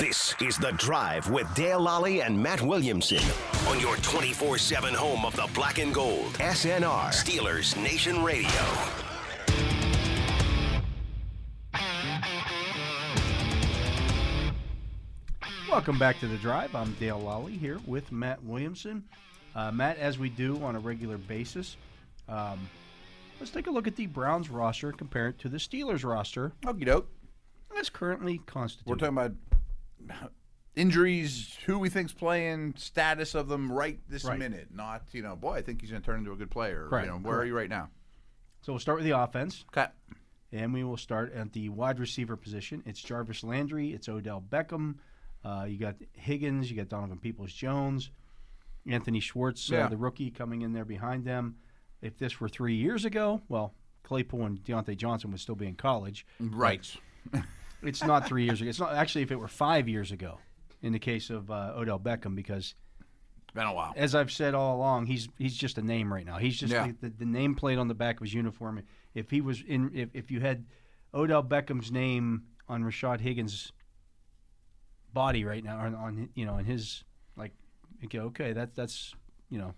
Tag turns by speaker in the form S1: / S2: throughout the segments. S1: This is The Drive with Dale Lally and Matt Williamson on your 24 7 home of the black and gold. SNR, Steelers Nation Radio.
S2: Welcome back to the drive. I'm Dale Lally here with Matt Williamson. Uh, Matt, as we do on a regular basis, um, let's take a look at the Browns roster and compare it to the Steelers roster
S3: Okie doke.
S2: as currently constituted.
S3: We're talking about injuries, who we think's playing, status of them right this
S2: Right.
S3: minute. Not you know, boy, I think he's going to turn into a good player.
S2: Correct,
S3: You know, where are you right now?
S2: so we'll start with the offense,
S3: Okay.
S2: and we will start at the wide receiver position. It's Jarvis Landry, it's Odell Beckham, uh, you got Higgins, you got Donovan Peoples Jones, Anthony Schwartz, uh,
S3: Yeah.
S2: the rookie, coming in there behind them. If this were three years ago, well, Claypool and Deontay Johnson would still be in college.
S3: Mm-hmm. Right.
S2: It's not three years ago. It's not actually if it were five years ago, in the case of uh, Odell Beckham, because
S3: Been a while.
S2: as I've said all along, he's he's just a name right now. He's just
S3: Yeah.
S2: the, the, the name plate on the back of his uniform. If he was in, if, if you had Odell Beckham's name on Rashad Higgins' body right now, on, on you know, in his like, okay, okay, that that's you know,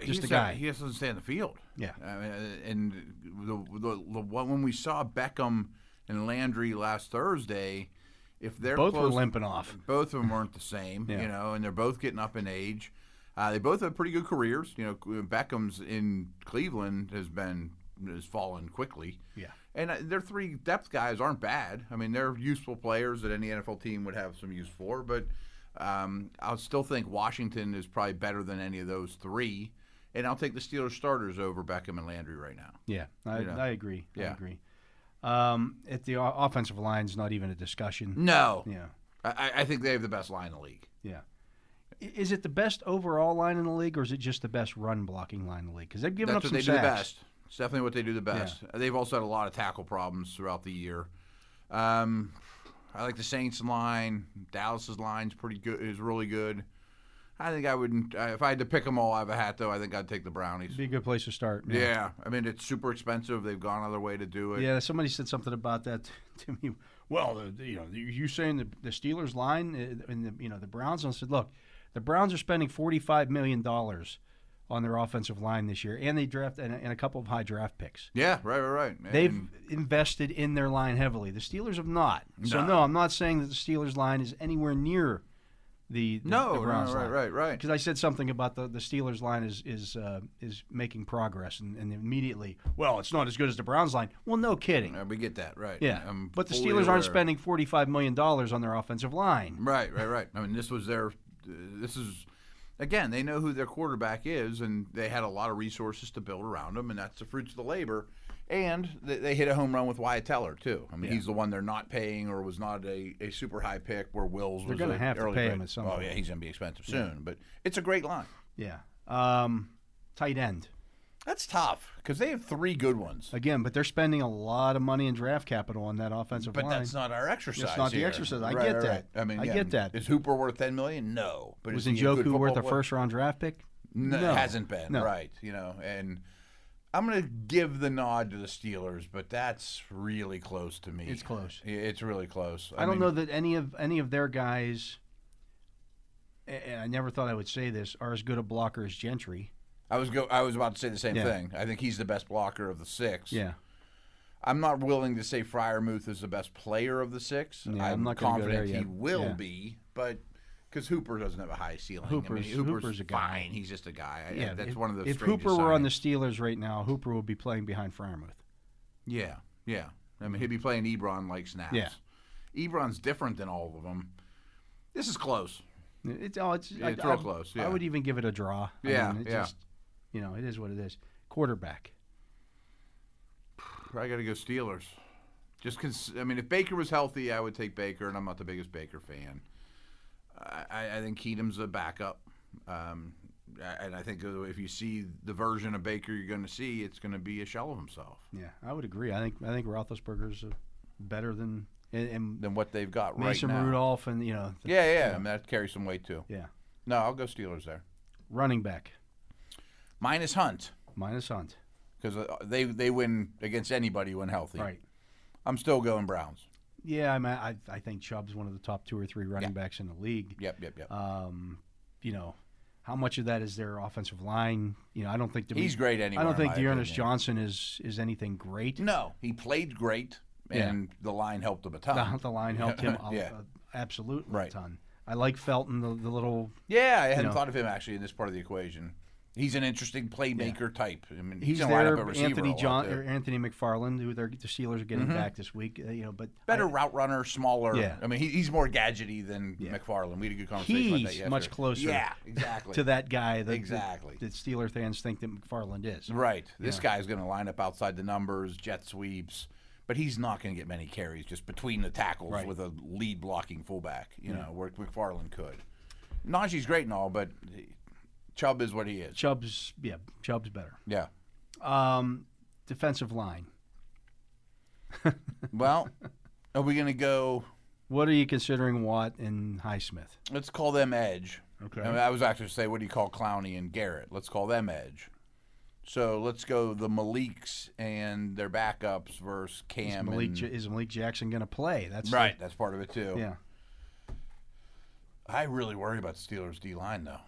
S3: He's
S2: a
S3: not-
S2: guy.
S3: He doesn't stay on the field.
S2: Yeah.
S3: I mean, uh, and the, the, the one- when we saw Beckham and Landry last Thursday, if they're
S2: both were
S3: close-
S2: limping off.
S3: both of them weren't the same,
S2: Yeah.
S3: you know, and they're both getting up in age. Uh, they both have pretty good careers. You know, Beckham's in Cleveland has been has fallen quickly.
S2: Yeah.
S3: and uh, their three depth guys aren't bad. I mean, they're useful players that any NFL team would have some use for. But um, I'll still think Washington is probably better than any of those three. And I'll take the Steelers starters over Beckham and Landry right now.
S2: Yeah, I,
S3: You know.
S2: I agree. I
S3: Yeah.
S2: agree. Um, at the o- offensive line's not even a discussion.
S3: No,
S2: Yeah,
S3: I, I- I think they have the best line in the league.
S2: yeah. I- Is it the best overall line in the league, or is it just the best run blocking line in the league? Because they've given
S3: That's
S2: up
S3: what
S2: some
S3: they do the
S2: sacks.
S3: best. It's definitely what they do the best. They've also had a lot of tackle problems throughout the year. Um, I like the Saints line. Dallas's line's pretty good. Is really good. I think I wouldn't. I- If I had to pick them all out of a hat, though, I think I'd take the Brownies.
S2: Be a good place to start.
S3: Yeah. I mean it's super expensive. They've gone out of their way to do it.
S2: Yeah, somebody said something about that to me. Well, the, the- you know, you- you saying the, the Steelers line uh, and the you know the Browns. And I said, look, the Browns are spending forty five million dollars on their offensive line this year, and they draft and, a- and a couple of high draft picks.
S3: Yeah, right, right, right. And-
S2: They've invested in their line heavily. The Steelers have not. So no, I'm not saying that the Steelers line is anywhere near the, the
S3: no,
S2: the
S3: no,
S2: Browns
S3: right,
S2: line.
S3: right, right.
S2: Because I said something about the, the Steelers line is is uh, is making progress, and, and immediately, well, it's not as good as the Browns line. Well, no kidding.
S3: Uh, We get that, right?
S2: Yeah,
S3: I'm
S2: but the
S3: fully
S2: Steelers
S3: aware.
S2: aren't spending forty-five million dollars on their offensive line.
S3: Right, right, right. I mean, this was their. This is again. They know who their quarterback is, and they had a lot of resources to build around him, and that's the fruits of the labor. And they, they hit a home run with Wyatt Teller too. I mean, he's the one they're not paying, or was not a, a super high pick. Where Wills was
S2: gonna
S3: a
S2: have to
S3: early
S2: pay
S3: pick.
S2: him at some
S3: Oh
S2: point.
S3: yeah, he's going to be expensive soon, but it's a great line.
S2: Yeah, um, tight end
S3: That's tough because they have three good ones,
S2: again, but they're spending a lot of money in draft capital on that offensive
S3: but
S2: line.
S3: that's not our exercise.
S2: That's not the
S3: here.
S2: exercise. I
S3: Right,
S2: get
S3: right,
S2: that.
S3: right. I mean,
S2: I
S3: yeah,
S2: get that.
S3: Is Hooper worth ten million? No, but
S2: Was
S3: is he a good
S2: Njoku worth a
S3: football player?
S2: first-round draft pick?
S3: No,
S2: No.
S3: it hasn't been
S2: No.
S3: right. You know, and I'm gonna give the nod to the Steelers, but that's really close to me.
S2: It's close.
S3: Yeah, It's really close.
S2: I, don't
S3: mean,
S2: know that any of any of their guys. a- And I never thought I would say this are as good a blocker as Gentry.
S3: I was go. I was about to say the same
S2: Yeah.
S3: thing. I think he's the best blocker of the six. I'm not willing to say Fryermuth is the best player of the six.
S2: Yeah, I'm not gonna go there
S3: confident he
S2: yet.
S3: will
S2: Yeah.
S3: be, but because Hooper doesn't have a high ceiling.
S2: Hooper's-
S3: I mean, Hooper's,
S2: Hooper's a guy.
S3: fine. He's just a guy. I-
S2: yeah.
S3: that's
S2: if,
S3: one of the.
S2: If
S3: strangest
S2: Hooper were on the
S3: signings.
S2: Steelers right now, Hooper would be playing behind Fryermuth.
S3: Yeah, yeah. I mean, he'd be playing Ebron like snaps.
S2: Yeah.
S3: Ebron's different than all of them. This is close.
S2: It's oh, it's,
S3: Yeah,
S2: I,
S3: it's real
S2: I-
S3: close,
S2: I
S3: yeah.
S2: would even give it a draw. I
S3: Yeah,
S2: mean, it
S3: yeah.
S2: Just, you know, it is what it is. Quarterback.
S3: I got to go Steelers. Just because, I mean, if Baker was healthy, I would take Baker, and I'm not the biggest Baker fan. I, I- I think Keenum's a backup. Um, I- and I think if you see the version of Baker you're going to see, it's going to be a shell of himself
S2: Yeah, I would agree. I think I think Roethlisberger's uh, better than and, and
S3: than what they've got right
S2: Mason
S3: now.
S2: Rudolph and you know. the-
S3: Yeah, yeah, and that carries some weight too.
S2: yeah.
S3: No, I'll go Steelers there.
S2: Running back
S3: Minus Hunt uh,
S2: minus Hunt.
S3: because they they win against anybody when healthy.
S2: Right.
S3: I'm still going Browns.
S2: Yeah, I mean, I, I think Chubb's one of the top two or three running backs in the league.
S3: Yep, yep, yep.
S2: Um, you know, how much of that is their offensive line? You know, I don't think Demi-
S3: He's great
S2: I
S3: anywhere,
S2: don't
S3: in
S2: think
S3: my
S2: Dearness
S3: opinion.
S2: Johnson is is anything great.
S3: no, he played great,
S2: Yeah. Uh-huh.
S3: and the line helped him a
S2: The,
S3: ton.
S2: the line helped him a,
S3: Yeah.
S2: a- absolutely
S3: Right.
S2: a ton. I like Felton, the, the little.
S3: Yeah, I hadn't
S2: know.
S3: thought of him actually in this part of the equation. He's an interesting playmaker type. I mean,
S2: He's
S3: he's gonna
S2: there.
S3: line up a receiver a
S2: Anthony
S3: lot,
S2: John er,
S3: too. Mm-hmm.
S2: or Anthony McFarland, who they're, the Steelers are getting back this week. uh, you know, but I-
S3: better route runner, smaller.
S2: Yeah.
S3: I mean, he, he's more gadgety than McFarland. We had a good conversation about that
S2: He's
S3: yesterday.
S2: much closer
S3: Yeah, exactly.
S2: to that guy that
S3: Exactly.
S2: that, that Steeler fans think that McFarland is.
S3: Right. This guy's going to line up outside the numbers, jet sweeps, but he's not going to get many carries just between the tackles
S2: Right.
S3: with a lead blocking fullback, you know, where McFarland could. Najee's great and all, but Chubb is what he is.
S2: Chubb's yeah, Chubb's better.
S3: Yeah.
S2: Um, defensive line.
S3: Well, are we going to go
S2: What are you considering Watt and Highsmith?
S3: let's call them Edge.
S2: Okay.
S3: I, mean, I was actually say, what do you call Clowney and Garrett? Let's call them Edge. So let's go the Malik's and their backups versus Cam.
S2: Malik
S3: and-
S2: Ja- is Malik Jackson going to play? That's the-
S3: right, that's part of it too.
S2: yeah.
S3: I really worry about the Steelers D line though.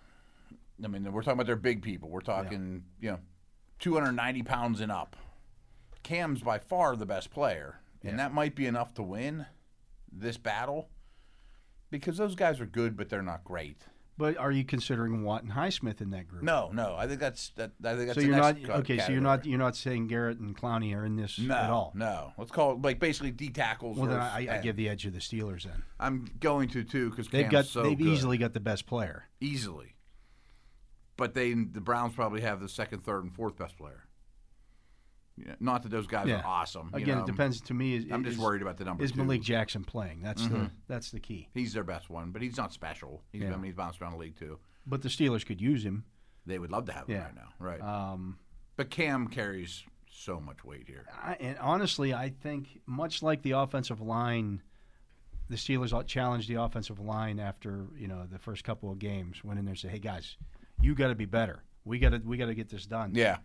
S3: I mean, we're talking about their big people. We're talking, you know, 290 pounds and up. Cam's by far the best player, and that might be enough to win this battle because those guys are good, but they're not great.
S2: But are you considering Watt and Highsmith in that group?
S3: No, no, I think that's that. I think that's
S2: So
S3: the
S2: you're not
S3: next
S2: okay.
S3: cut-
S2: So you're
S3: category.
S2: not you're not saying Garrett and Clowney are in this
S3: no,
S2: at all.
S3: No, let's call it like basically D tackles.
S2: Well, then
S3: versus
S2: I, I
S3: end.
S2: give the edge to the Steelers. Then
S3: I'm going to too because
S2: they've
S3: Cam's
S2: got
S3: so
S2: they've
S3: good.
S2: easily got the best player.
S3: easily. But they the Browns probably have the second, third, and fourth best player. Yeah, not that those guys
S2: Yeah.
S3: are awesome. you
S2: Again,
S3: know,
S2: it depends. To me, is,
S3: I'm just
S2: is-
S3: worried about Mm-hmm. the number.
S2: Is
S3: two.
S2: Malik Jackson playing? That's the that's the key.
S3: He's their best one, but he's not special. He's
S2: Yeah.
S3: I mean, he's bounced around the league too.
S2: But the Steelers could use him.
S3: They would love to have him
S2: Yeah.
S3: right now, right?
S2: Um,
S3: but Cam carries so much weight here.
S2: I, and honestly, I think much like the offensive line, the Steelers ought- challenged the offensive line after you know the first couple of games. Went in there and said, "Hey guys, you got to be better. We got to we got to get this done."
S3: Yeah,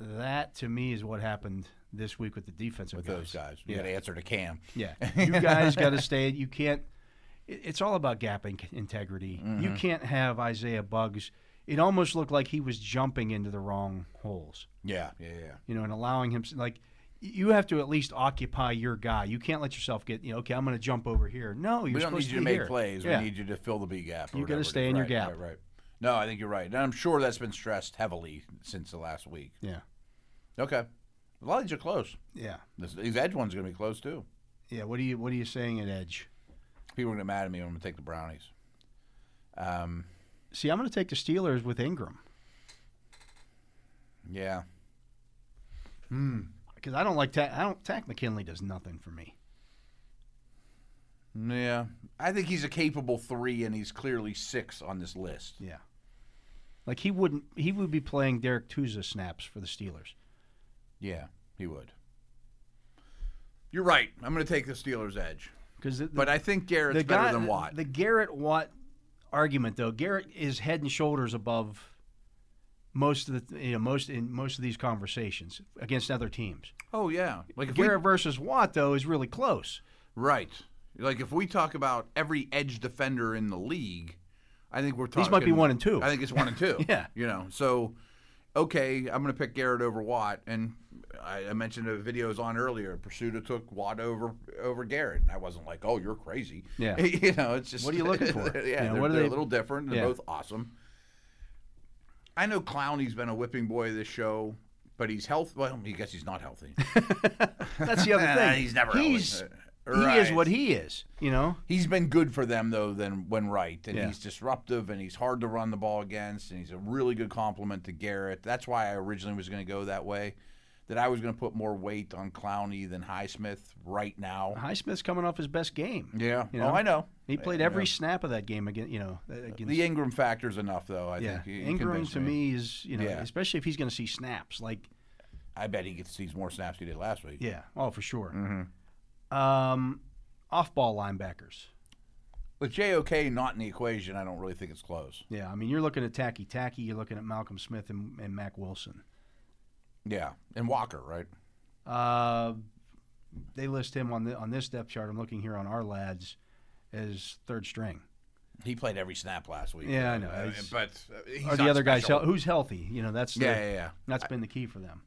S2: That to me is what happened this week with the defensive
S3: with
S2: guys.
S3: those guys, you
S2: Yeah.
S3: got to answer to Cam.
S2: Yeah, you guys got to stay. You can't. it- It's all about gap in- integrity.
S3: Mm-hmm.
S2: You can't have Isaiah Bugs. It almost looked like he was jumping into the wrong holes,
S3: Yeah, yeah, yeah.
S2: you know, and allowing him like you have to at least occupy your guy. You can't let yourself get you know. Okay, I'm going to jump over here. No, you're
S3: we don't
S2: supposed to
S3: need you to
S2: be
S3: make
S2: here.
S3: plays.
S2: Yeah.
S3: We need you to fill the B gap. or
S2: You gotta
S3: whatever it
S2: stay
S3: is.
S2: in your
S3: Right,
S2: gap.
S3: Right, right. No, I think you're right, and I'm sure that's been stressed heavily since the last week.
S2: yeah,
S3: Okay, a lot of these are close.
S2: yeah,
S3: This, these edge ones are gonna be close too.
S2: yeah. What are you What are you saying at edge?
S3: People are gonna get mad at me. when I'm gonna take the brownies. Um,
S2: See, I'm going to take the Steelers with Ingram
S3: yeah,
S2: because I don't like Tack. I don't Tack McKinley does nothing for me.
S3: yeah. I think he's a capable three, and he's clearly six on this list.
S2: Yeah. Like he wouldn't he would be playing Derek Tusa snaps for the Steelers.
S3: Yeah, he would. You're right. I'm gonna take the Steelers edge,
S2: Because the,
S3: but I think Garrett's
S2: the
S3: better
S2: guy-
S3: than Watt.
S2: The Garrett Watt argument though, Garrett is head and shoulders above most of the you know most in most of these conversations against other teams.
S3: oh yeah, like if we
S2: Garrett versus Watt though is really close.
S3: Right. Like if we talk about every edge defender in the league, I think we're talking.
S2: These might be one and two.
S3: I think it's one and two.
S2: Yeah.
S3: You know. So, okay, I'm going to pick Garrett over Watt, and I, I mentioned the videos on earlier. Pursuta took Watt over over Garrett, and I wasn't like, oh, you're crazy.
S2: Yeah.
S3: you know, it's just
S2: What are you looking for?
S3: yeah.
S2: You know,
S3: they're,
S2: what are
S3: they're
S2: they-
S3: a little different. They're
S2: Yeah.
S3: both awesome. I know Clowney's been a whipping boy of this show, but he's health. Well, I guess he's not healthy.
S2: That's the other thing.
S3: he's never.
S2: he's
S3: healthy.
S2: he is
S3: Right.
S2: what he is. You know.
S3: He's been good for them though than when right, and
S2: Yeah.
S3: he's disruptive, and he's hard to run the ball against, and he's a really good compliment to Garrett. That's why I originally was going to go that way, that I was going to put more weight on Clowney than Highsmith right now.
S2: Highsmith's coming off his best game.
S3: Yeah,
S2: You
S3: oh,
S2: know?
S3: I know.
S2: He played
S3: Yeah.
S2: every snap of that game against you know against
S3: The Ingram factor's enough though. I
S2: yeah.
S3: think You- you
S2: Ingram
S3: convinced
S2: to me is you know
S3: Yeah.
S2: especially if he's going to see snaps like
S3: I bet he gets these more snaps he did last week.
S2: Yeah. Oh, for sure.
S3: Mm-hmm.
S2: Um, off ball linebackers.
S3: With JOK not in the equation, I don't really think it's close.
S2: Yeah. I mean, you're looking at Tacky Tacky. You're looking at Malcolm Smith and, and Mac Wilson.
S3: Yeah, and Walker, right?
S2: Uh, they list him on the on this depth chart. I'm looking here on our lads as third string.
S3: He played every snap last week.
S2: Yeah, I know.
S3: Uh,
S2: It's-
S3: but uh, he's
S2: Or the
S3: not
S2: other guys
S3: special.
S2: hel- who's healthy. You know, that's the,
S3: Yeah, yeah, yeah.
S2: that's been the key for them.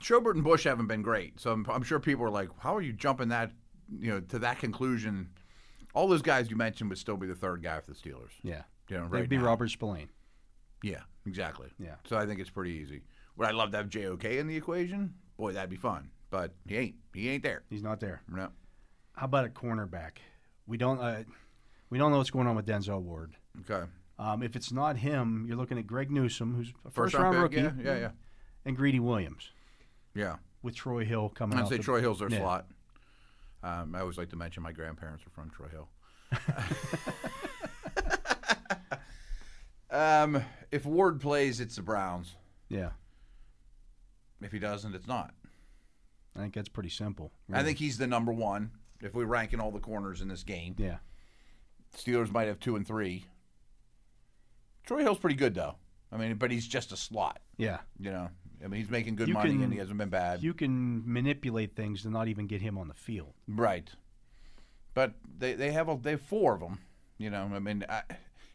S3: Schobert and Bush haven't been great, so I'm, I'm sure people are like, "How are you jumping that, you know, to that conclusion?" All those guys you mentioned would still be the third guy for the Steelers.
S2: Yeah,
S3: You know,
S2: they'd
S3: right
S2: be
S3: now.
S2: Robert Spillane.
S3: Yeah, exactly.
S2: Yeah.
S3: So I think it's pretty easy. Would I love to have JOK in the equation? Boy, that'd be fun. But he ain't. He ain't there.
S2: He's not there.
S3: No.
S2: How about a cornerback? We don't uh, we don't know what's going on with Denzel Ward.
S3: Okay.
S2: Um, if it's not him, you're looking at Greg Newsom, who's a first, round,
S3: round
S2: rookie,
S3: pick, Yeah, yeah, yeah.
S2: and Greedy Williams
S3: Yeah.
S2: with Troy Hill coming.
S3: I'd
S2: off
S3: say
S2: the-
S3: Troy Hill's their
S2: Yeah.
S3: slot. Um, I always like to mention my grandparents are from Troy Hill. um, if Ward plays, it's the Browns.
S2: Yeah,
S3: If he doesn't, it's not.
S2: I think that's pretty simple.
S3: I
S2: really.
S3: think he's the number one. If we're ranking all the corners in this game,
S2: Yeah,
S3: Steelers might have two and three. Troy Hill's pretty good though. I mean, but he's just a slot.
S2: yeah.
S3: You know, I mean, he's making good
S2: You
S3: money
S2: can-
S3: and he hasn't been bad.
S2: You can manipulate things to not even get him on the field.
S3: Right. But they, they have a, they have four of them. You know, I mean, I,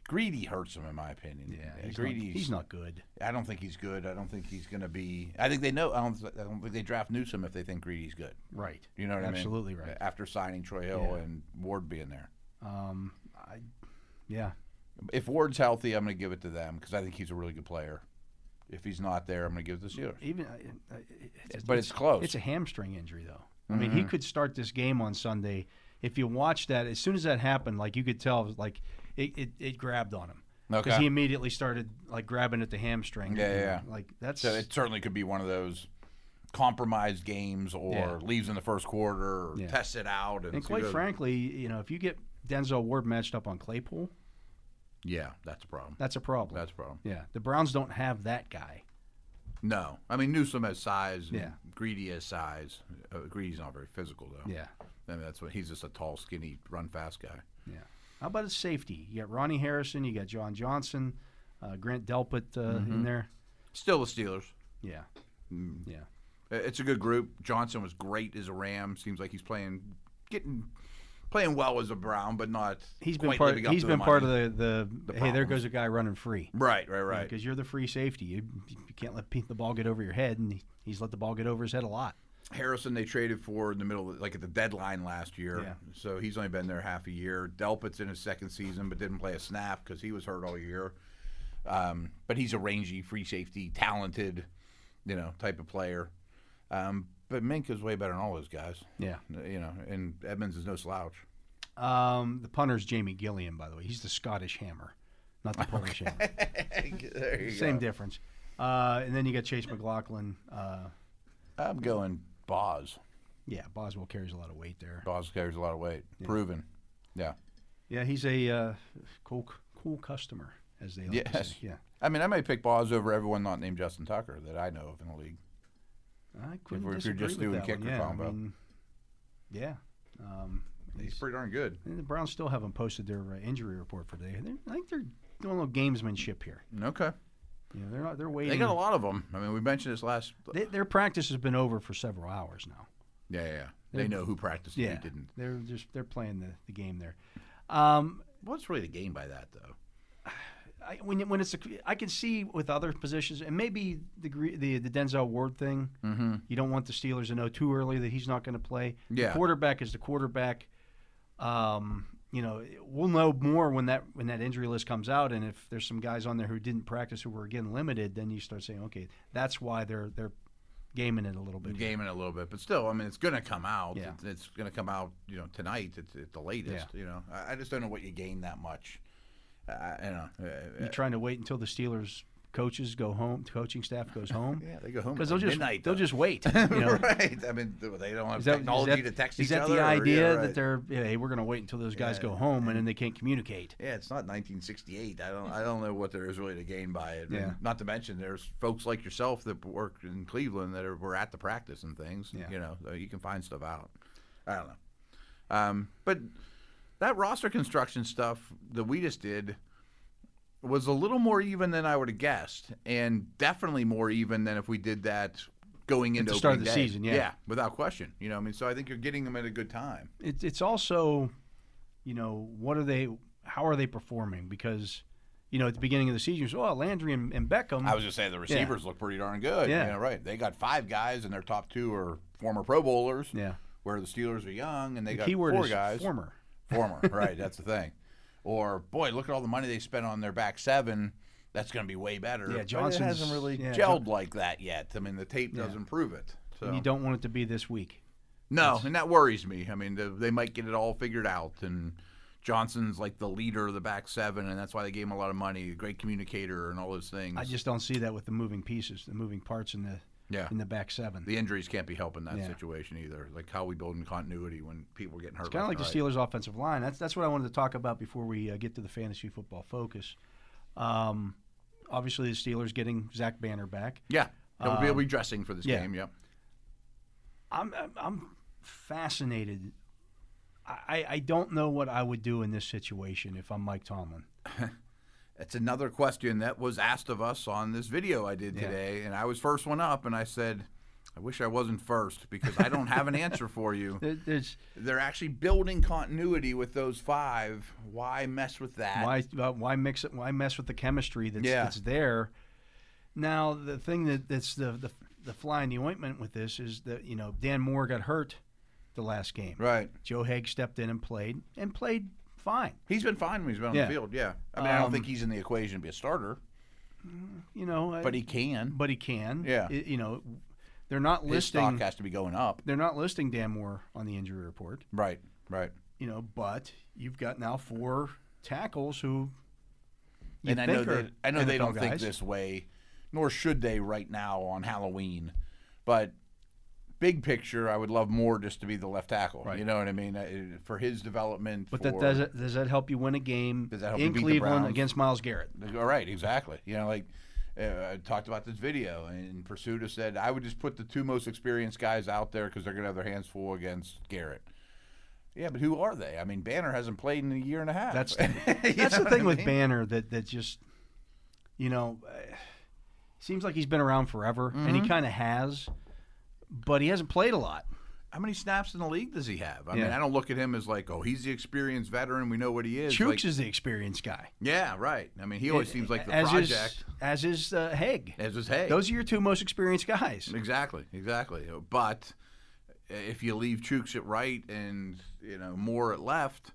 S3: greedy hurts them in my opinion.
S2: he's not,
S3: greedy.
S2: he's not good.
S3: I don't think he's good. I don't think he's going to be. I think they know. I don't. I don't think they draft Newsom if they think Greedy's good.
S2: Right.
S3: You know what
S2: Absolutely
S3: I mean? Uh,
S2: right.
S3: After signing Troy Hill
S2: Yeah.
S3: and Ward being there,
S2: Um, I, yeah,
S3: if Ward's healthy, I'm going to give it to them because I think he's a really good player. If he's not there, I'm going to give it to the Steelers.
S2: even. I- I- It's,
S3: But it's close. Mm-hmm.
S2: It's a hamstring injury, though. I mean, he could start this game on Sunday. If you watch that, as soon as that happened, like you could tell, it was like it, it, it grabbed on him because
S3: Okay.
S2: he immediately started like grabbing at the hamstring.
S3: Yeah, yeah, yeah.
S2: Like that's
S3: So it certainly could be one of those compromised games or
S2: Yeah.
S3: leaves in the first quarter or
S2: Yeah.
S3: tests it out. And,
S2: and
S3: see
S2: quite
S3: those-
S2: frankly, you know, if you get Denzel Ward matched up on Claypool,
S3: yeah, that's a problem.
S2: that's a problem.
S3: That's a problem.
S2: yeah, the Browns don't have that guy.
S3: No, I mean Newsom has size. And
S2: Yeah.
S3: Greedy has size. Uh, Greedy's not very physical though.
S2: Yeah,
S3: I mean that's what he's just a tall, skinny, run fast guy.
S2: yeah. How about his safety? You got Ronnie Harrison, you got John Johnson, uh, Grant Delpit uh,
S3: Mm-hmm.
S2: in there.
S3: Still the Steelers.
S2: Yeah, yeah.
S3: Uh, It's a good group. Johnson was great as a Ram. Seems like he's playing, getting, playing well as a Brown, but not.
S2: He's been
S3: quite
S2: part.
S3: living up
S2: He's
S3: to
S2: been
S3: the
S2: part of
S3: money.
S2: the the. hey, there
S3: problems.
S2: goes a guy running free.
S3: Right, right, right.
S2: Because you're the free safety. You, you can't let pe- the ball get over your head, and he, he's let the ball get over his head a lot.
S3: Harrison they traded for in the middle, of, like at the deadline last year.
S2: Yeah.
S3: So he's only been there half a year. Delpit's in his second season, but didn't play a snap because he was hurt all year. Um, but he's a rangy, free safety, talented, you know, type of player. Um, but Mink is way better than all those guys.
S2: Yeah.
S3: You know, and Edmonds is no slouch.
S2: Um, the punter's Jamie Gilliam, by the way. He's the Scottish hammer, not the Polish hammer.
S3: there you
S2: Same
S3: go.
S2: difference. Uh, and then you got Chase McLaughlin. Uh,
S3: I'm going Boz.
S2: yeah, Boswell carries a lot of weight there.
S3: Boz carries a lot of weight. Proven. Yeah.
S2: Yeah, he's a uh, cool cool customer, as they like to
S3: Yes.
S2: say. Yeah.
S3: I mean, I might pick Boz over everyone not named Justin Tucker that I know of in the league.
S2: I couldn't
S3: we're- if you're
S2: disagree
S3: just
S2: with
S3: doing
S2: that one.
S3: kicker
S2: yeah,
S3: combo.
S2: I mean, yeah. Um,
S3: He's pretty darn good.
S2: And the Browns still haven't posted their uh, injury report for today. They're, I think they're doing a little gamesmanship here.
S3: Okay.
S2: You know, they're not, they're waiting.
S3: They got a lot of them. I mean, we mentioned this last.
S2: They- their practice has been over for several hours now.
S3: Yeah, yeah. yeah. They know who practiced and
S2: Yeah,
S3: who didn't.
S2: They're just they're playing the, the game there. Um,
S3: What's really the game by that though?
S2: I, when when it's a, I can see with other positions and maybe the gre- the the Denzel Ward thing. Mm-hmm. You don't want the Steelers to know too early that he's not going to play.
S3: Yeah.
S2: the quarterback is the quarterback. Um, you know, we'll know more when that when that injury list comes out, and if there's some guys on there who didn't practice who were again limited, then you start saying, okay, that's why they're they're gaming it a little bit.
S3: Game in a little bit, but still, I mean, it's going to come out.
S2: Yeah.
S3: It's, it's going to come out, you know, tonight at, at the latest. You know, I, I just don't know what you gain that much. Uh, you know, uh,
S2: You're trying to wait until the Steelers coaches go home, coaching staff goes home,
S3: yeah, they go home
S2: because
S3: at
S2: they'll just
S3: midnight.
S2: they'll
S3: though.
S2: just wait. You know?
S3: right. I mean, th- they don't have
S2: Is that, is
S3: technology
S2: that-
S3: to text
S2: is
S3: each
S2: that
S3: other.
S2: the
S3: or- yeah,
S2: idea
S3: right.
S2: that they're yeah, hey we're going to wait until those guys
S3: Yeah.
S2: go home and then they can't communicate
S3: Yeah, it's not 1968. I don't. I don't know what there is really to gain by it. I mean,
S2: Yeah.
S3: Not to mention, there's folks like yourself that work in Cleveland that are, were at the practice and things.
S2: Yeah.
S3: You know, so you can find stuff out. I don't know. Um, but that roster construction stuff that we just did was a little more even than I would have guessed, and definitely more even than if we did that going
S2: At
S3: into
S2: the start of
S3: opening
S2: the
S3: day.
S2: season, yeah.
S3: without question. You know, I mean, so I think you're getting them at a good time.
S2: It, it's also, you know, what are they? How are they performing? Because, you know, at the beginning of the season, you say, "Oh, Landry and, and Beckham."
S3: I was just saying the receivers look pretty darn good.
S2: Yeah.
S3: Yeah, right. They got five guys, and their top two are former Pro Bowlers.
S2: Yeah.
S3: where the Steelers are young, and they got
S2: keyword
S3: four
S2: is
S3: guys.
S2: former.
S3: Former, right? That's the thing. Or boy, look at all the money they spent on their back seven. That's going to be way better.
S2: Yeah,
S3: But
S2: Johnson's-
S3: it hasn't really
S2: yeah,
S3: gelled like that yet. I mean, the tape doesn't prove it. So
S2: You don't want it to be this week.
S3: no, and that worries me. I mean, they, they might get it all figured out, and Johnson's like the leader of the back seven, and that's why they gave him a lot of money. A great communicator and all those things.
S2: I just don't see that with the moving pieces, the moving parts in the
S3: Yeah.
S2: in the back seven.
S3: the injuries can't be helping that
S2: Yeah.
S3: situation either. Like how we build in continuity when people are getting hurt.
S2: It's kind of
S3: left
S2: like
S3: and
S2: the
S3: right.
S2: Steelers' offensive line. That's that's what I wanted to talk about before we uh, get to the fantasy football focus. Um, obviously, the Steelers getting Zach Banner back.
S3: Yeah, he'll be, he'll be dressing for this
S2: Um, yeah.
S3: game. Yep.
S2: I'm I'm- I'm fascinated. I, I don't know what I would do in this situation if I'm Mike Tomlin.
S3: That's another question that was asked of us on this video I did today, and I was first one up, and I said, "I wish I wasn't first because I don't have an answer for you."
S2: There- There's
S3: They're actually building continuity with those five. Why mess with that?
S2: why uh, why mix it? Why mess with the chemistry that's,
S3: Yeah.
S2: that's there? Now the thing that that's the, the the fly in the ointment with this is that you know Dan Moore got hurt the last game.
S3: Right.
S2: Joe Haig stepped in and played and played fine.
S3: He's been fine when he's been on
S2: Yeah.
S3: the field. Yeah. I mean, I don't
S2: Um,
S3: think he's in the equation to be a starter,
S2: You know,
S3: but
S2: I-
S3: he can.
S2: but he can.
S3: Yeah.
S2: I- you know, they're not
S3: His stock
S2: listing
S3: has to be going up.
S2: they're not listing Dan Moore on the injury report.
S3: Right. Right.
S2: you know, but you've got now four tackles who you
S3: and I know
S2: think are
S3: they, I know they
S2: NFL
S3: don't think
S2: guys.
S3: this way, nor should they right now on Halloween. But big picture, I would love more just to be the left tackle. You know what I mean? Uh, For his development.
S2: But
S3: for,
S2: that does it, does that help you win a game
S3: Does that help you
S2: in
S3: beat the
S2: Cleveland
S3: Browns?
S2: against Miles Garrett?
S3: All right, exactly. You know, like uh, I talked about this video, and Pursuta said I would just put the two most experienced guys out there because they're going to have their hands full against Garrett. Yeah, but who are they? I mean, Banner hasn't played in a year and a half.
S2: That's
S3: You
S2: that's
S3: know
S2: the
S3: what
S2: thing
S3: I
S2: with
S3: mean?
S2: Banner that that just you know eh, seems like he's been around forever and
S3: Mm-hmm.
S2: he kind of has, but he hasn't played a lot.
S3: How many snaps in the league does he have? I mean,
S2: Yeah.
S3: I don't look at him as like, oh, he's the experienced veteran. We know what he is.
S2: Chooks
S3: Like,
S2: is the experienced guy.
S3: yeah, right. I mean, he always seems like the
S2: as
S3: project
S2: is as is uh, Haig.
S3: as is hey.
S2: Those are your two most experienced guys.
S3: exactly, exactly. But if you leave Chooks at right and you know Moore at left,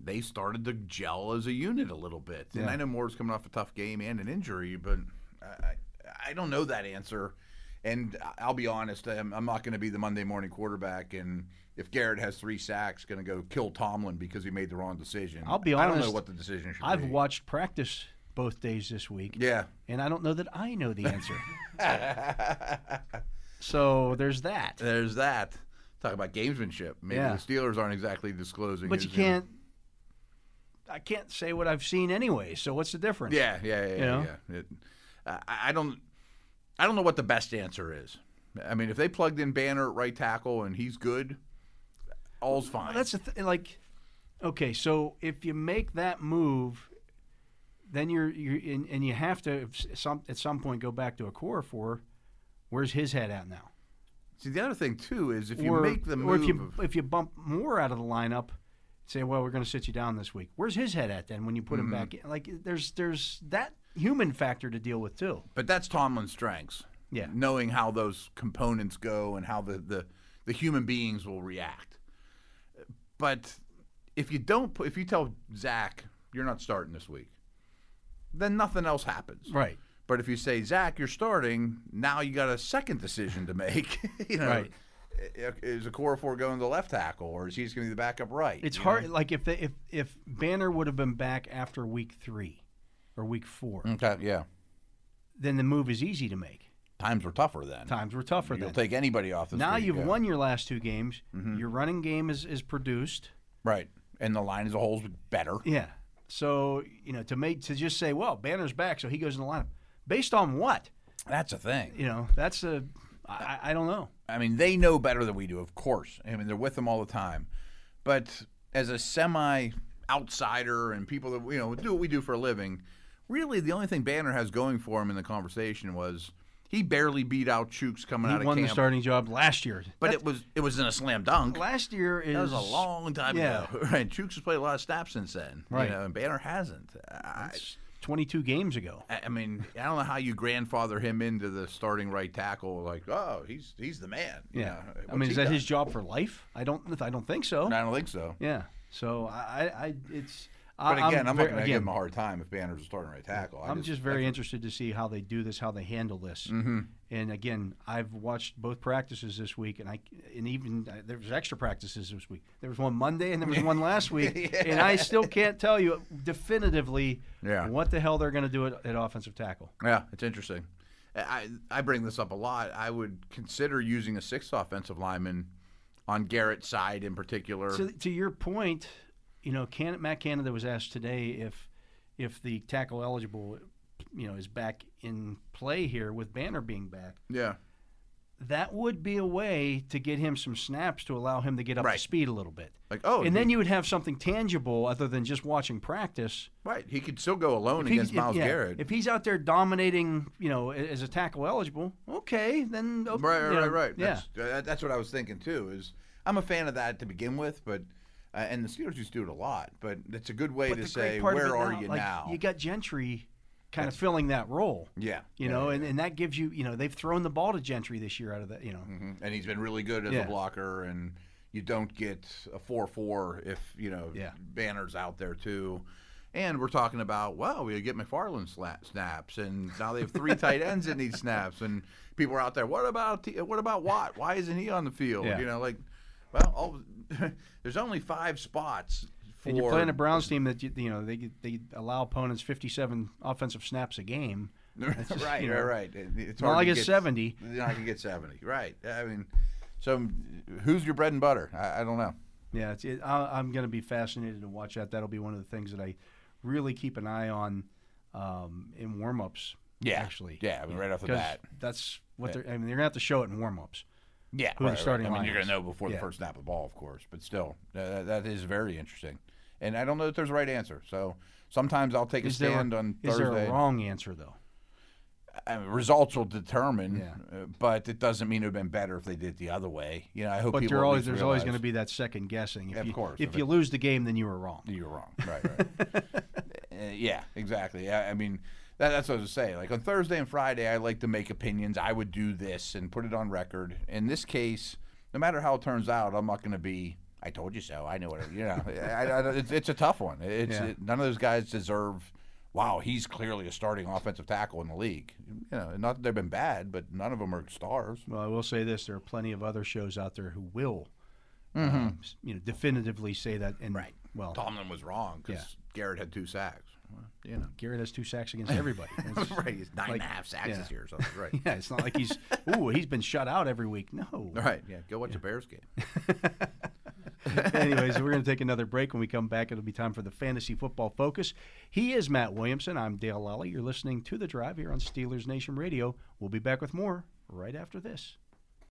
S3: they started to gel as a unit a little bit. And I know Moore's coming off a tough game and an injury, but I, I- I don't know that answer. And I- I'll be honest, I'm, I'm not going to be the Monday morning quarterback. And if Garrett has three sacks, going to go kill Tomlin because he made the wrong decision.
S2: I'll be
S3: I don't know
S2: honest,
S3: what the decision should
S2: I've
S3: be.
S2: watched practice both days this week.
S3: Yeah.
S2: and I don't know that I know the answer. so there's that.
S3: There's that. Talk about gamesmanship. Maybe
S2: Yeah.
S3: the Steelers aren't exactly disclosing.
S2: But
S3: his,
S2: you
S3: know-
S2: can't. I can't say what I've seen anyway. So what's the difference?
S3: Yeah, yeah, yeah, yeah.
S2: know?
S3: yeah. It- I, I don't, I don't know what the best answer is. I mean, if they plugged in Banner at right tackle and he's good, all's fine.
S2: Well, that's the th- like. Okay, so if you make that move, then you're you and, and you have to s- some at some point go back to a core four. Where's his head at now?
S3: See, the other thing too is if you
S2: or,
S3: make the
S2: or
S3: move,
S2: if you
S3: of-
S2: if you bump more out of the lineup, say, well, we're going to sit you down this week. Where's his head at then when you put him back
S3: Mm-hmm.
S2: in? Like, there's there's that human factor to deal with too.
S3: but that's Tomlin's strengths.
S2: Yeah.
S3: knowing how those components go and how the the, the human beings will react. But if you don't, put, if you tell Zach you're not starting this week, then nothing else happens.
S2: Right.
S3: But if you say Zach, you're starting now, you got a second decision to make. you know,
S2: Right.
S3: i- is a core four going to the left tackle, or is he just going to be the backup right?
S2: It's
S3: you
S2: hard.
S3: know?
S2: Like if they, if if Banner would have been back after week three or week four,
S3: Okay, yeah.
S2: then the move is easy to make.
S3: Times were tougher then.
S2: Times were tougher
S3: You'll
S2: then.
S3: take anybody off the
S2: now you've won your last two games.
S3: Mm-hmm.
S2: Your running game is is produced.
S3: right, and the line as a whole is better.
S2: Yeah. So you know to make to just say, well, Banner's back, so he goes in the lineup. Based on what?
S3: That's a thing.
S2: You know, that's a. I, I don't know.
S3: I mean, they know better than we do, of course. I mean, they're with them all the time. But as a semi outsider and people that, you know, do what we do for a living, really the only thing Banner has going for him in the conversation was He barely beat out Chooks coming
S2: He
S3: out of
S2: won
S3: camp,
S2: the starting job last year.
S3: but it was it was in a slam dunk.
S2: Last year is
S3: That was a long time
S2: yeah.
S3: ago. Right. Chooks has played a lot of snaps since then.
S2: Right.
S3: You know, and Banner hasn't. I,
S2: 22 games ago.
S3: I I mean, I don't know how you grandfather him into the starting right tackle. Like, oh, he's he's the man. you
S2: Yeah.
S3: know,
S2: I
S3: what's
S2: mean,
S3: he
S2: is that
S3: done?
S2: his job for life? I don't. I don't think so.
S3: I don't think so.
S2: Yeah. So I, I, I it's.
S3: But
S2: I,
S3: again, I'm,
S2: ver-
S3: not going to give
S2: again,
S3: him a hard time if Banner's a starting right tackle. I Mm-hmm.
S2: I'm just, very interested to see how they do this, how they handle this. And again, I've watched both practices this week, and I and even uh, there was extra practices this week. There was one Monday, and there was one last week, and I still can't tell you definitively
S3: Yeah.
S2: what the hell they're going to do at, at offensive tackle.
S3: Yeah, it's interesting. I I bring this up a lot. I would consider using a sixth offensive lineman on Garrett's side in particular.
S2: To, to your point, you know, can, Matt Canada was asked today if if the tackle eligible, you know, is back in play here with Banner being back.
S3: yeah.
S2: that would be a way to get him some snaps to allow him to get up to
S3: Right.
S2: speed a little bit.
S3: Like, oh,
S2: and
S3: he-
S2: then you would have something tangible other than just watching practice.
S3: right. He could still go alone
S2: If he-
S3: against
S2: if-
S3: Miles
S2: yeah,
S3: Garrett.
S2: If he's out there dominating, you know, a- as a tackle eligible, okay, then oh,
S3: Right, right,
S2: you know,
S3: right, right.
S2: Yeah,
S3: That's, that- that's what I was thinking too. Is I'm a fan of that to begin with, but uh, and the Steelers used to do it a lot. But it's a good way
S2: But
S3: to
S2: the
S3: say
S2: great part of
S3: where
S2: it
S3: are
S2: now,
S3: you
S2: like,
S3: now?
S2: You got Gentry kind of filling that role.
S3: yeah,
S2: You know, and, and that gives you, you know, they've thrown the ball to Gentry this year out of that, you know.
S3: Mhm. and he's been really good as
S2: Yeah.
S3: a blocker and you don't get a 4-4 if you know
S2: Yeah.
S3: banners out there too and we're talking about wow we get mcfarland sla- snaps and now they have three tight ends that need snaps and people are out there what about T- what about watt why isn't he on the field
S2: Yeah.
S3: you know like well all, there's only five spots for
S2: And you're playing a Browns team that you, you know they they allow opponents 57 offensive snaps a game. That's just,
S3: right,
S2: you know,
S3: right, right. It- It's
S2: not
S3: hard
S2: like
S3: to
S2: it's
S3: get
S2: 70.
S3: You're not gonna get seventy, right? I mean, so who's your bread and butter? I, I don't know.
S2: Yeah, it's, it, I, I'm going to be fascinated to watch that. That'll be one of the things that I really keep an eye on um, in warm-ups.
S3: Yeah,
S2: actually.
S3: yeah, I mean, right off the
S2: 'Cause
S3: bat.
S2: That's what they're. I mean, they're going to have to show it in warm-ups.
S3: Yeah,
S2: who the starting
S3: I mean,
S2: line
S3: you're going
S2: is.
S3: to know before
S2: Yeah.
S3: the first snap of the ball, of course. But still, uh, that- that is very interesting. And I don't know that there's a right answer. So sometimes I'll take a
S2: Is there
S3: stand on
S2: is there
S3: Thursday.
S2: a wrong answer though?
S3: I mean, results will determine,
S2: Yeah.
S3: uh, but it doesn't mean it would have been better if they did it the other way. You know, I hope
S2: But
S3: people
S2: you're
S3: at
S2: always
S3: least
S2: there's always going
S3: realize
S2: to be that second guessing. If
S3: Of
S2: you,
S3: course,
S2: if
S3: if
S2: you lose the game, then you were wrong.
S3: You're wrong. Right, right. Uh, yeah, exactly. I, I mean, that, that's what I was saying. Like on Thursday and Friday, I like to make opinions. I would do this and put it on record. In this case, no matter how it turns out, I'm not going to be. I told you so. I know what it- you know. I, I, I- it's, it's a tough one. It's
S2: Yeah.
S3: it- none of those guys deserve. Wow, he's clearly a starting offensive tackle in the league. You know, not that they've been bad, but none of them are stars.
S2: Well, I will say this: there are plenty of other shows out there who will, um, s- you know, definitively say that. And
S3: Mm-hmm. Right.
S2: well,
S3: Tomlin was wrong because Garrett had two sacks. Well, you know,
S2: Garrett has two sacks against everybody. It's-
S3: right? He's nine and a half
S2: Like,
S3: sacks
S2: yeah.
S3: this year or something. Right.
S2: Yeah, it's not like he's ooh, he's been shut out every week. No.
S3: Right. Yeah. Go watch a Bears game.
S2: Anyways, we're going to take another break. When we come back, it'll be time for the fantasy football focus. He is Matt Williamson. I'm Dale Lally. You're listening to The Drive here on Steelers Nation Radio. We'll be back with more right after this.